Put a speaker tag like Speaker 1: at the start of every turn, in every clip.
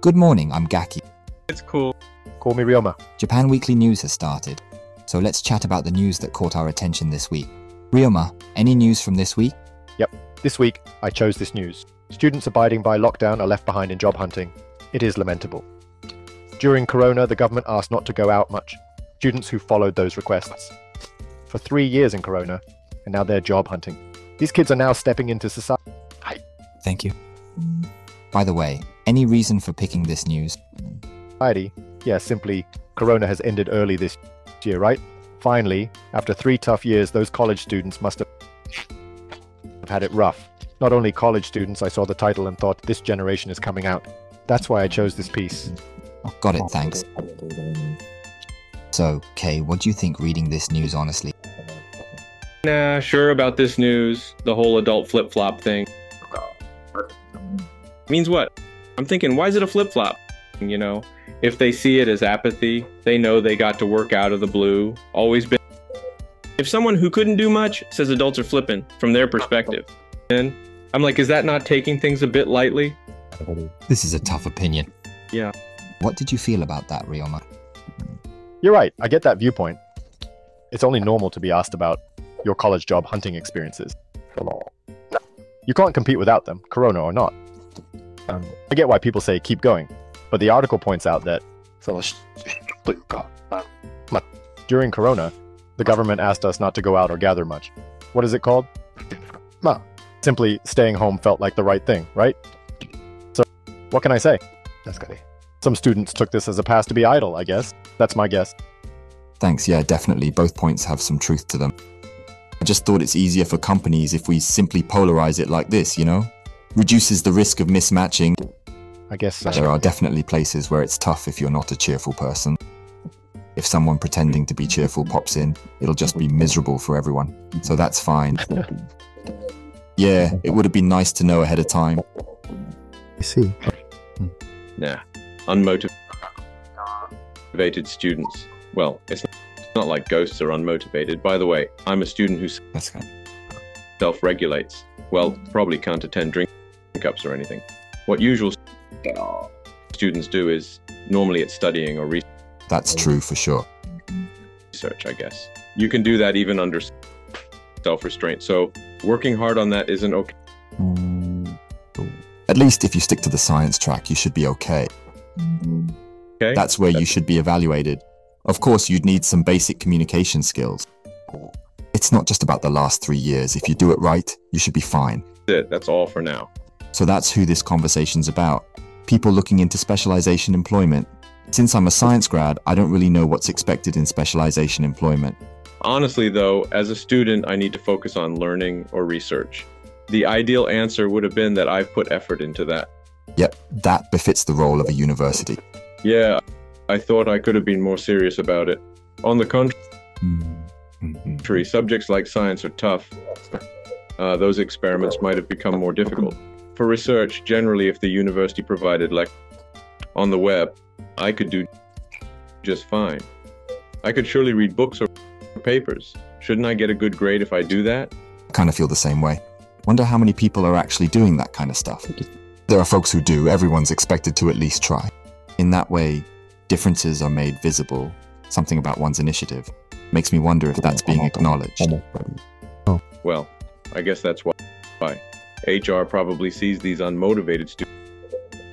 Speaker 1: Good morning, I'm Gaki.
Speaker 2: It's cool.
Speaker 3: Call me Ryoma.
Speaker 1: Japan Weekly News has started, so let's chat about the news that caught our attention this week. Ryoma, any news from this week?
Speaker 3: This week, I chose this news. Students abiding by lockdown are left behind in job hunting. It is lamentable. During Corona, the government asked not to go out much. Students who followed those requests for three years in Corona, and now they're job hunting. These kids are now stepping into society.
Speaker 1: Thank you. By the way, any reason for picking this news?
Speaker 3: Yeah, simply, Corona has ended early this year, right? Finally, after three tough years, those college students must have had it rough. Not only college students, I saw the title and thought, this generation is coming out. That's why I chose this piece.
Speaker 1: Oh, got it, thanks. So, Kay, what do you think reading this news honestly?
Speaker 2: Nah, sure about this news. The whole adult flip flop thing. Means what? I'm thinking, why is it a flip flop? You know, if they see it as apathy, they know they got to work out of the blue. Always been. If someone who couldn't do much says adults are flipping from their perspective, and I'm like, is that not taking things a bit lightly?
Speaker 1: This is a tough opinion.
Speaker 2: Yeah.
Speaker 1: What did you feel about that, Ryoma?
Speaker 3: You're right, I get that viewpoint. It's only normal to be asked about your college job hunting experiences. You can't compete without them, corona or not. I get why people say keep going, but the article points out that during corona, the government asked us not to go out or gather much. What is it called? Simply staying home felt like the right thing, right? So, what can I say? Some students took this as a pass to be idle, I guess. That's my guess.
Speaker 1: Thanks, yeah, definitely. Both points have some truth to them. I just thought it's easier for companies if we simply polarize it like this, you know? Reduces the risk of mismatching.
Speaker 3: I guess so.
Speaker 1: There are definitely places where it's tough if you're not a cheerful person. If someone pretending to be cheerful pops in, it'll just be miserable for everyone. So that's fine. yeah, it would have been nice to know ahead of time.
Speaker 4: I see.
Speaker 2: Nah, unmotivated students. Well, it's not, it's not like ghosts are unmotivated. By the way, I'm a student who
Speaker 1: That's good.
Speaker 2: self regulates. Well, probably can't attend drink cups or anything. What usual students do is normally it's studying or
Speaker 1: That's true for sure.
Speaker 2: research, I guess. You can do that even under self restraint. So working hard on that isn't okay.
Speaker 1: At least if you stick to the science track, you should be okay. That's where you should be evaluated. Of course, you'd need some basic communication skills. It's not just about the last three years. If you do it right, you should be fine.
Speaker 2: it. That's all for now.
Speaker 1: So that's who this conversation's about people looking into specialization employment. Since I'm a science grad, I don't really know what's expected in specialization employment.
Speaker 2: Honestly, though, as a student, I need to focus on learning or research. The ideal answer would have been that I've put effort into that.
Speaker 1: Yep, that befits the role of a university.
Speaker 2: Yeah, I thought I could have been more serious about it. On the contrary, subjects like science are tough. Uh, those experiments might have become more difficult. For research, generally, if the university provided lectures on the web, I could do just fine. I could surely read books or papers. Shouldn't I get a good grade if I do that?
Speaker 1: I kind of feel the same way. Wonder how many people are actually doing that kind of stuff. There are folks who do, everyone's expected to at least try. In that way, differences are made visible, something about one's initiative. Makes me wonder if that's being acknowledged.
Speaker 2: Well, I guess that's why why HR probably sees these unmotivated stu-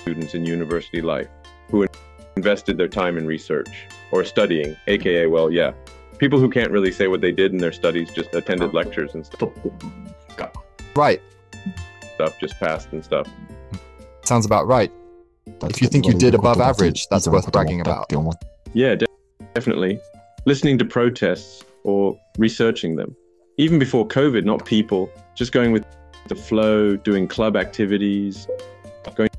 Speaker 2: students in university life who in- invested their time in research or studying, aka, well, yeah, people who can't really say what they did in their studies, just attended lectures and stuff,
Speaker 1: Right,
Speaker 2: stuff just passed and stuff.
Speaker 1: sounds about right. If you think you did above average, that's worth bragging about.
Speaker 2: Yeah, de- definitely. Listening to protests or researching them. Even before COVID, not people, just going with the flow, doing club activities, going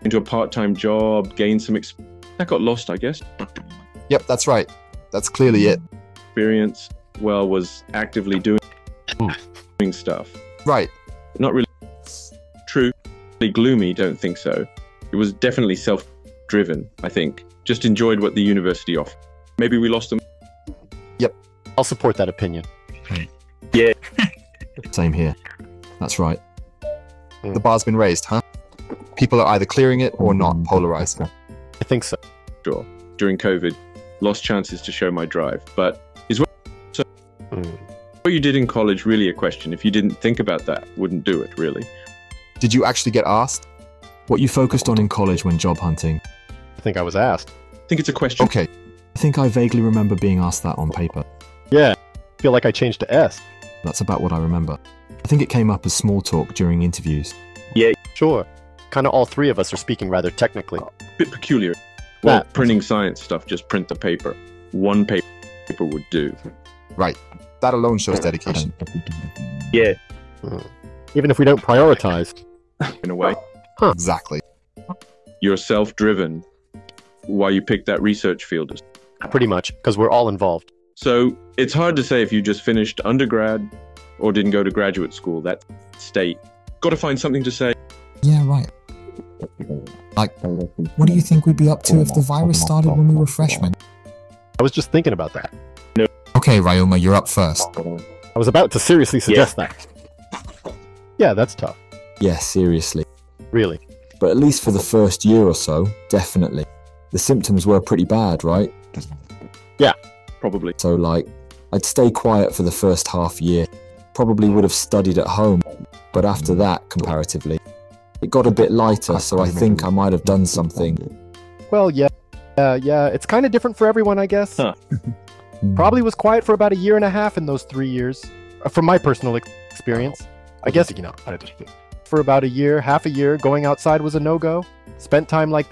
Speaker 2: into a part time job, gain some ex- That got lost, I guess.
Speaker 1: Yep, that's right. That's clearly it.
Speaker 2: Experience, well, was actively doing, doing stuff.
Speaker 1: Right.
Speaker 2: Not really true. Really gloomy, don't think so. It was definitely self driven, I think. Just enjoyed what the university offered. Maybe we lost them.
Speaker 3: I'll support that opinion.
Speaker 1: Same here. That's right.
Speaker 3: Hmm.
Speaker 1: The bar's been raised, huh? People are either clearing it or not polarizing.
Speaker 3: I think so.
Speaker 2: Sure. During COVID, lost chances to show my drive. But is what, so,
Speaker 3: Mm.
Speaker 2: what you did in college really a question? If you didn't think about that, wouldn't do it really.
Speaker 1: Did you actually get asked what you focused on in college when job hunting?
Speaker 3: I think I was asked.
Speaker 2: I think it's a question.
Speaker 1: Okay. I think I vaguely remember being asked that on paper.
Speaker 3: Yeah. I feel like I changed to S.
Speaker 1: That's about what I remember. I think it came up as small talk during interviews.
Speaker 3: Sure. Kind of all three of us are speaking rather technically.
Speaker 2: bit peculiar. Well,
Speaker 3: That-
Speaker 2: printing science stuff, just print the paper. One pa- paper would do.
Speaker 1: Right. That alone shows dedication.
Speaker 3: Even if we don't prioritize.
Speaker 2: In a way,
Speaker 1: Exactly.
Speaker 2: you're self-driven. Why you picked that research field as
Speaker 3: Pretty much, because we're all involved.
Speaker 2: So it's hard to say if you just finished undergrad or didn't go to graduate school. That state. Got to find something to say.
Speaker 5: Yeah, right.
Speaker 1: Like-
Speaker 5: what do you think we'd be up to if the virus started when we were freshmen?
Speaker 3: I was just thinking about that.
Speaker 1: Okay, Ryoma, you're up first.
Speaker 3: I was about to seriously suggest that. Yeah, that's tough.
Speaker 6: Yeah, seriously.
Speaker 3: Really.
Speaker 6: But at least for the first year or so, definitely. The symptoms were pretty bad, right?
Speaker 2: Probably.
Speaker 6: So, like, I'd stay quiet for the first half year. Probably would have studied at home. But
Speaker 1: Mm.
Speaker 6: after that, comparatively, it got a bit lighter, so I think I might have done something.
Speaker 3: Well, yeah. Uh, yeah, it's kind of different for everyone, I guess.
Speaker 2: Huh.
Speaker 1: Hmm. Mm.
Speaker 3: Probably was quiet for about a year and a half in those three years, uh, from my personal ex- experience. I guess you know, for about a year, half a year, going outside was a no go. Spent time like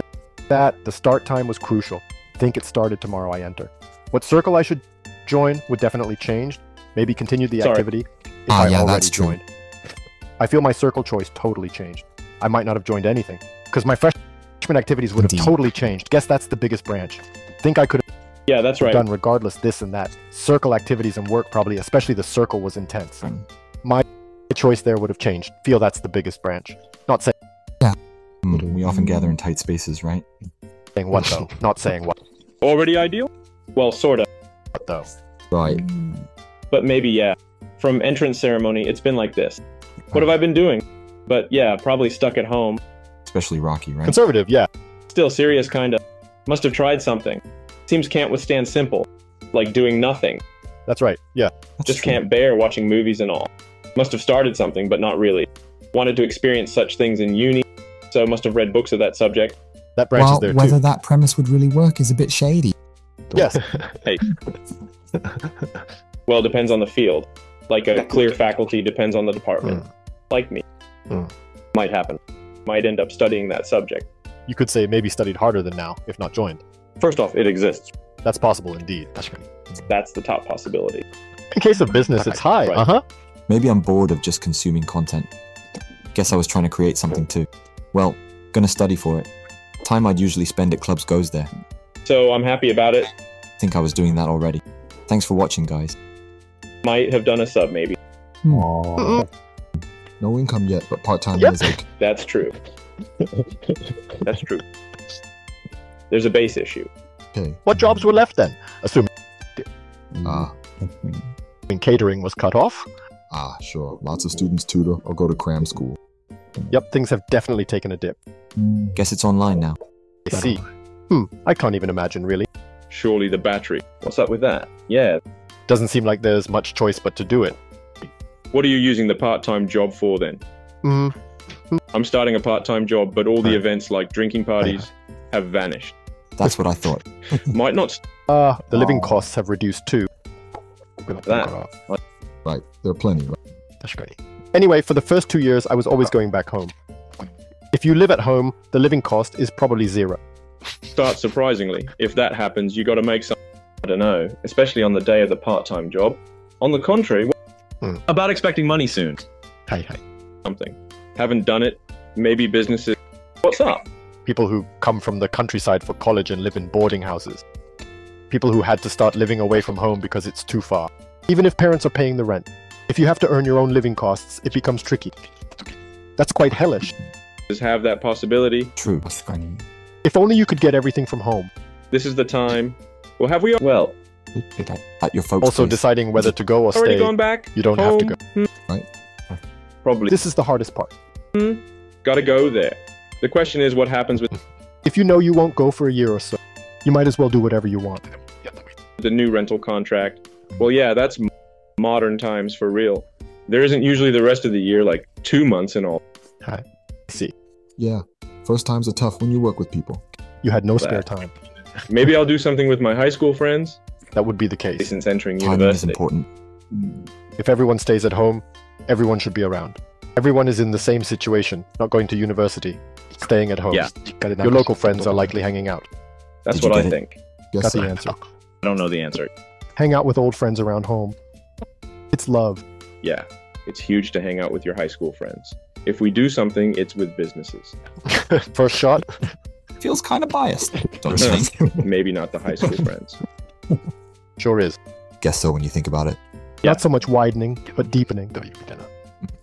Speaker 3: that. The start time was crucial. Think it started tomorrow. I enter. What circle I should join would definitely change. Maybe continue the
Speaker 2: Sorry.
Speaker 3: activity if
Speaker 1: Ah,
Speaker 3: I
Speaker 1: yeah,
Speaker 3: already
Speaker 1: that's true.
Speaker 3: joined. I feel my circle choice totally changed. I might not have joined anything because my freshman activities would have
Speaker 1: Indeed.
Speaker 3: totally changed. Guess that's the biggest branch. Think I could
Speaker 2: Yeah, that's right.
Speaker 3: done regardless this and that. Circle activities and work probably, especially the circle was intense. My choice there would have changed. Feel that's the biggest branch. Not saying
Speaker 6: Mm.
Speaker 1: Hmm, We often gather in tight spaces, right?
Speaker 3: what though. Not saying what
Speaker 2: Already ideal? Well, sort of,
Speaker 3: though.
Speaker 6: Right.
Speaker 1: Mm.
Speaker 2: but maybe yeah. From entrance ceremony, it's been like this. What have I been doing? But yeah, probably stuck at home.
Speaker 1: Especially Rocky, right?
Speaker 3: Conservative, yeah.
Speaker 2: Still serious, kind of. Must have tried something. Seems can't withstand simple, like doing nothing.
Speaker 3: That's right. Yeah.
Speaker 1: That's
Speaker 2: Just
Speaker 1: true.
Speaker 2: can't bear watching movies and all. Must have started something, but not really. Wanted to experience such things in uni, so must have read books of that subject.
Speaker 3: That branch
Speaker 5: Well,
Speaker 3: is there
Speaker 5: whether
Speaker 3: too.
Speaker 5: that premise would really work is a bit shady.
Speaker 3: Yes.
Speaker 2: Well, depends on the field. Like a clear faculty depends on the
Speaker 1: Hmm.
Speaker 2: department. Like me.
Speaker 3: Mm.
Speaker 2: Might happen. Might end up studying that subject.
Speaker 3: You could say maybe studied harder than now, if not joined.
Speaker 2: First off, it exists.
Speaker 3: That's possible indeed. That's right.
Speaker 2: That's the top possibility.
Speaker 3: In case of business, it's high.
Speaker 2: Right.
Speaker 3: Uh huh.
Speaker 1: Maybe I'm bored of just consuming content. Guess I was trying to create something too. Well, gonna study for it. Time I'd usually spend at clubs goes there.
Speaker 2: So I'm happy about it.
Speaker 1: Think I was doing that already. Thanks for watching, guys.
Speaker 2: Might have done a sub, maybe.
Speaker 1: No income yet, but part time
Speaker 3: Yep.
Speaker 1: music.
Speaker 2: That's true. That's true. There's a base issue.
Speaker 1: Okay.
Speaker 3: What jobs were left then? Assuming
Speaker 1: Ah,
Speaker 3: catering was cut off.
Speaker 1: ah, sure. Lots of students tutor or go to cram school.
Speaker 3: Yep, things have definitely taken a dip.
Speaker 1: Mm. Guess it's online now.
Speaker 3: I see. Hmm, I can't even imagine really.
Speaker 2: Surely the battery. What's up with that? Yeah.
Speaker 3: Doesn't seem like there's much choice but to do it.
Speaker 2: What are you using the part time job for then?
Speaker 3: Hmm.
Speaker 2: I'm starting a part time job, but all the events like drinking parties have vanished.
Speaker 1: That's what I thought.
Speaker 2: Might not st-
Speaker 3: Uh, the living costs have reduced too.
Speaker 2: that.
Speaker 1: Right. There are plenty. Right?
Speaker 3: That's great. Anyway, for the first two years, I was always going back home. If you live at home, the living cost is probably zero.
Speaker 2: Start surprisingly. If that happens, you got to make some. I don't know, especially on the day of the part time job. On the contrary,
Speaker 3: Hmm.
Speaker 2: about expecting money soon.
Speaker 3: Hey, hey.
Speaker 2: Something. Haven't done it. Maybe businesses. What's up?
Speaker 3: People who come from the countryside for college and live in boarding houses. People who had to start living away from home because it's too far. Even if parents are paying the rent. If you have to earn your own living costs, it becomes tricky. That's quite hellish.
Speaker 2: Just have that possibility.
Speaker 1: True.
Speaker 3: If only you could get everything from home.
Speaker 2: This is the time. Well, have we well
Speaker 1: At your folks.
Speaker 3: Also
Speaker 1: place.
Speaker 3: deciding whether to go or
Speaker 2: already
Speaker 3: stay.
Speaker 2: gone back? Hmm.
Speaker 3: You don't have to go.
Speaker 2: Probably.
Speaker 3: This is the hardest part.
Speaker 2: Got to go there. The question is what happens with
Speaker 3: If you know you won't go for a year or so, you might as well do whatever you want.
Speaker 2: the new rental contract. Well, yeah, that's m- modern times for real. There isn't usually the rest of the year, like two months in all.
Speaker 1: Yeah, first times are tough when you work with people.
Speaker 3: You had no
Speaker 2: That-
Speaker 3: spare time.
Speaker 2: Maybe I'll do something with my high school friends
Speaker 3: That would be the case.
Speaker 2: since entering
Speaker 1: Timing is
Speaker 2: university.
Speaker 1: important.
Speaker 3: If everyone stays at home, everyone should be around. Everyone is in the same situation, not going to university, staying at home.
Speaker 2: Yeah.
Speaker 3: Your local friends are likely hanging out.
Speaker 2: That's
Speaker 1: Did you
Speaker 2: what I
Speaker 1: get it?
Speaker 2: think.
Speaker 1: Yes,
Speaker 3: Got the
Speaker 1: sir.
Speaker 3: answer.
Speaker 2: I don't know the answer.
Speaker 3: Hang out with old friends around home. It's love.
Speaker 2: Yeah, it's huge to hang out with your high school friends. If we do something, it's with businesses.
Speaker 3: First shot,
Speaker 1: Feels kind of biased, don't you think?
Speaker 2: Maybe not the high school friends.
Speaker 3: sure is.
Speaker 1: Guess so when you think about it.
Speaker 3: Not so much widening, but deepening.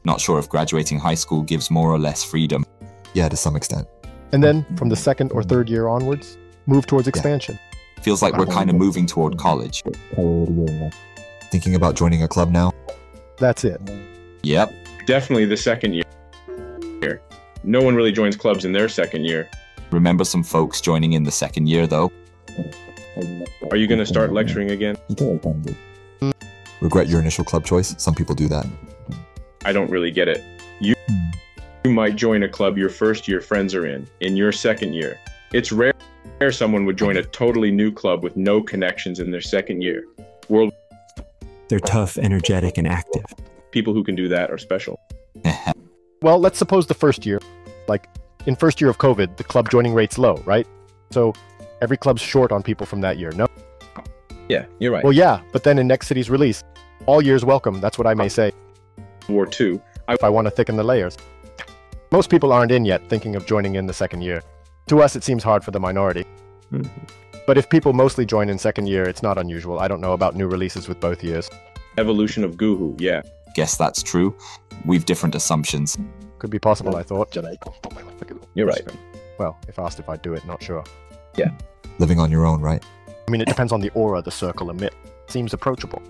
Speaker 1: Not sure if graduating high school gives more or less freedom. Yeah, to some extent.
Speaker 3: And then, from the second or third year onwards, move towards expansion.
Speaker 1: Feels like we're kind of moving toward college. Thinking about joining a club now?
Speaker 3: That's it.
Speaker 1: Yep.
Speaker 2: Definitely the second year. year. No one really joins clubs in their second year.
Speaker 1: Remember some folks joining in the second year, though?
Speaker 2: Are you going to start lecturing again?
Speaker 1: Regret your initial club choice? Some people do that.
Speaker 2: I don't really get it. You you might join a club your first year friends are in in your second year. It's rare, rare someone would join a totally new club with no connections in their second year. World
Speaker 7: They're tough, energetic, and active.
Speaker 2: people who can do that are special.
Speaker 3: Well, let's suppose the first year, like in first year of COVID, the club joining rate's low, right? So every club's short on people from that year. No.
Speaker 2: Yeah, you're right.
Speaker 3: Well, yeah, but then in next city's release, all years welcome. That's what I may say
Speaker 2: War two.
Speaker 3: if I want to thicken the layers. Most people aren't in yet, thinking of joining in the second year. To us, it seems hard for the minority.
Speaker 7: Mhm.
Speaker 3: But if people mostly join in second year, it's not unusual. I don't know about new releases with both years.
Speaker 2: Evolution of Goohoo. Yeah.
Speaker 1: Guess that's true. We've different assumptions.
Speaker 3: Could be possible, I thought.
Speaker 2: You're right.
Speaker 3: Well, if asked if I'd do it, not sure.
Speaker 1: Living on your own, right?
Speaker 3: I mean, it depends on the aura the circle emits. Seems approachable.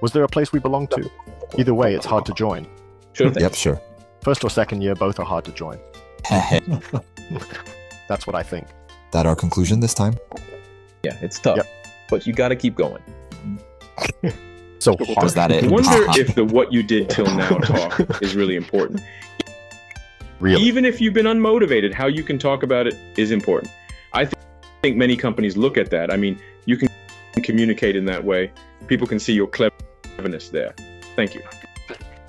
Speaker 3: Was there a place we belong to? Either way, it's hard to join.
Speaker 2: Should have
Speaker 1: Yep, sure.
Speaker 3: First or second year, both are hard to join.
Speaker 1: that
Speaker 3: That's what I think.
Speaker 1: our conclusion this time?
Speaker 2: Yeah, it's tough.
Speaker 3: Yep.
Speaker 2: But you got to keep going.
Speaker 3: So
Speaker 1: Was
Speaker 3: hard.
Speaker 1: that it?
Speaker 2: I wonder
Speaker 1: Ha ha.
Speaker 2: if the what you did till now talk is really important.
Speaker 3: Really?
Speaker 2: Even if you've been unmotivated, how you can talk about it is important. I th- think many companies look at that. I mean, you can communicate in that way. People can see your cleverness there. Thank you.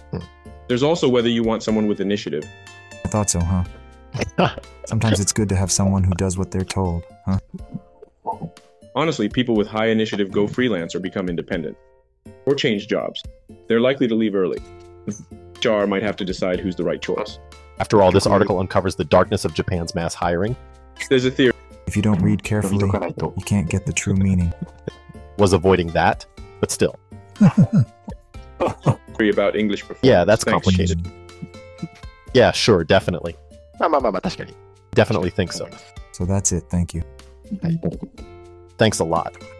Speaker 3: Hmm.
Speaker 2: There's also whether you want someone with initiative.
Speaker 7: I thought so, huh? Sometimes it's good to have someone who does what they're told, huh?
Speaker 2: Honestly, people with high initiative go freelance or become independent or change jobs. They're likely to leave early. HR might have to decide who's the right choice.
Speaker 3: After all, this article uncovers the darkness of Japan's mass hiring.
Speaker 2: There's a theory
Speaker 7: If you don't read carefully, you can't get the true meaning.
Speaker 3: Was avoiding that, but still.
Speaker 2: about English performance.
Speaker 3: Yeah, that's
Speaker 2: Thanks.
Speaker 3: complicated. Yeah, sure, definitely. Definitely think so.
Speaker 7: So that's it. Thank you.
Speaker 3: Thanks a lot.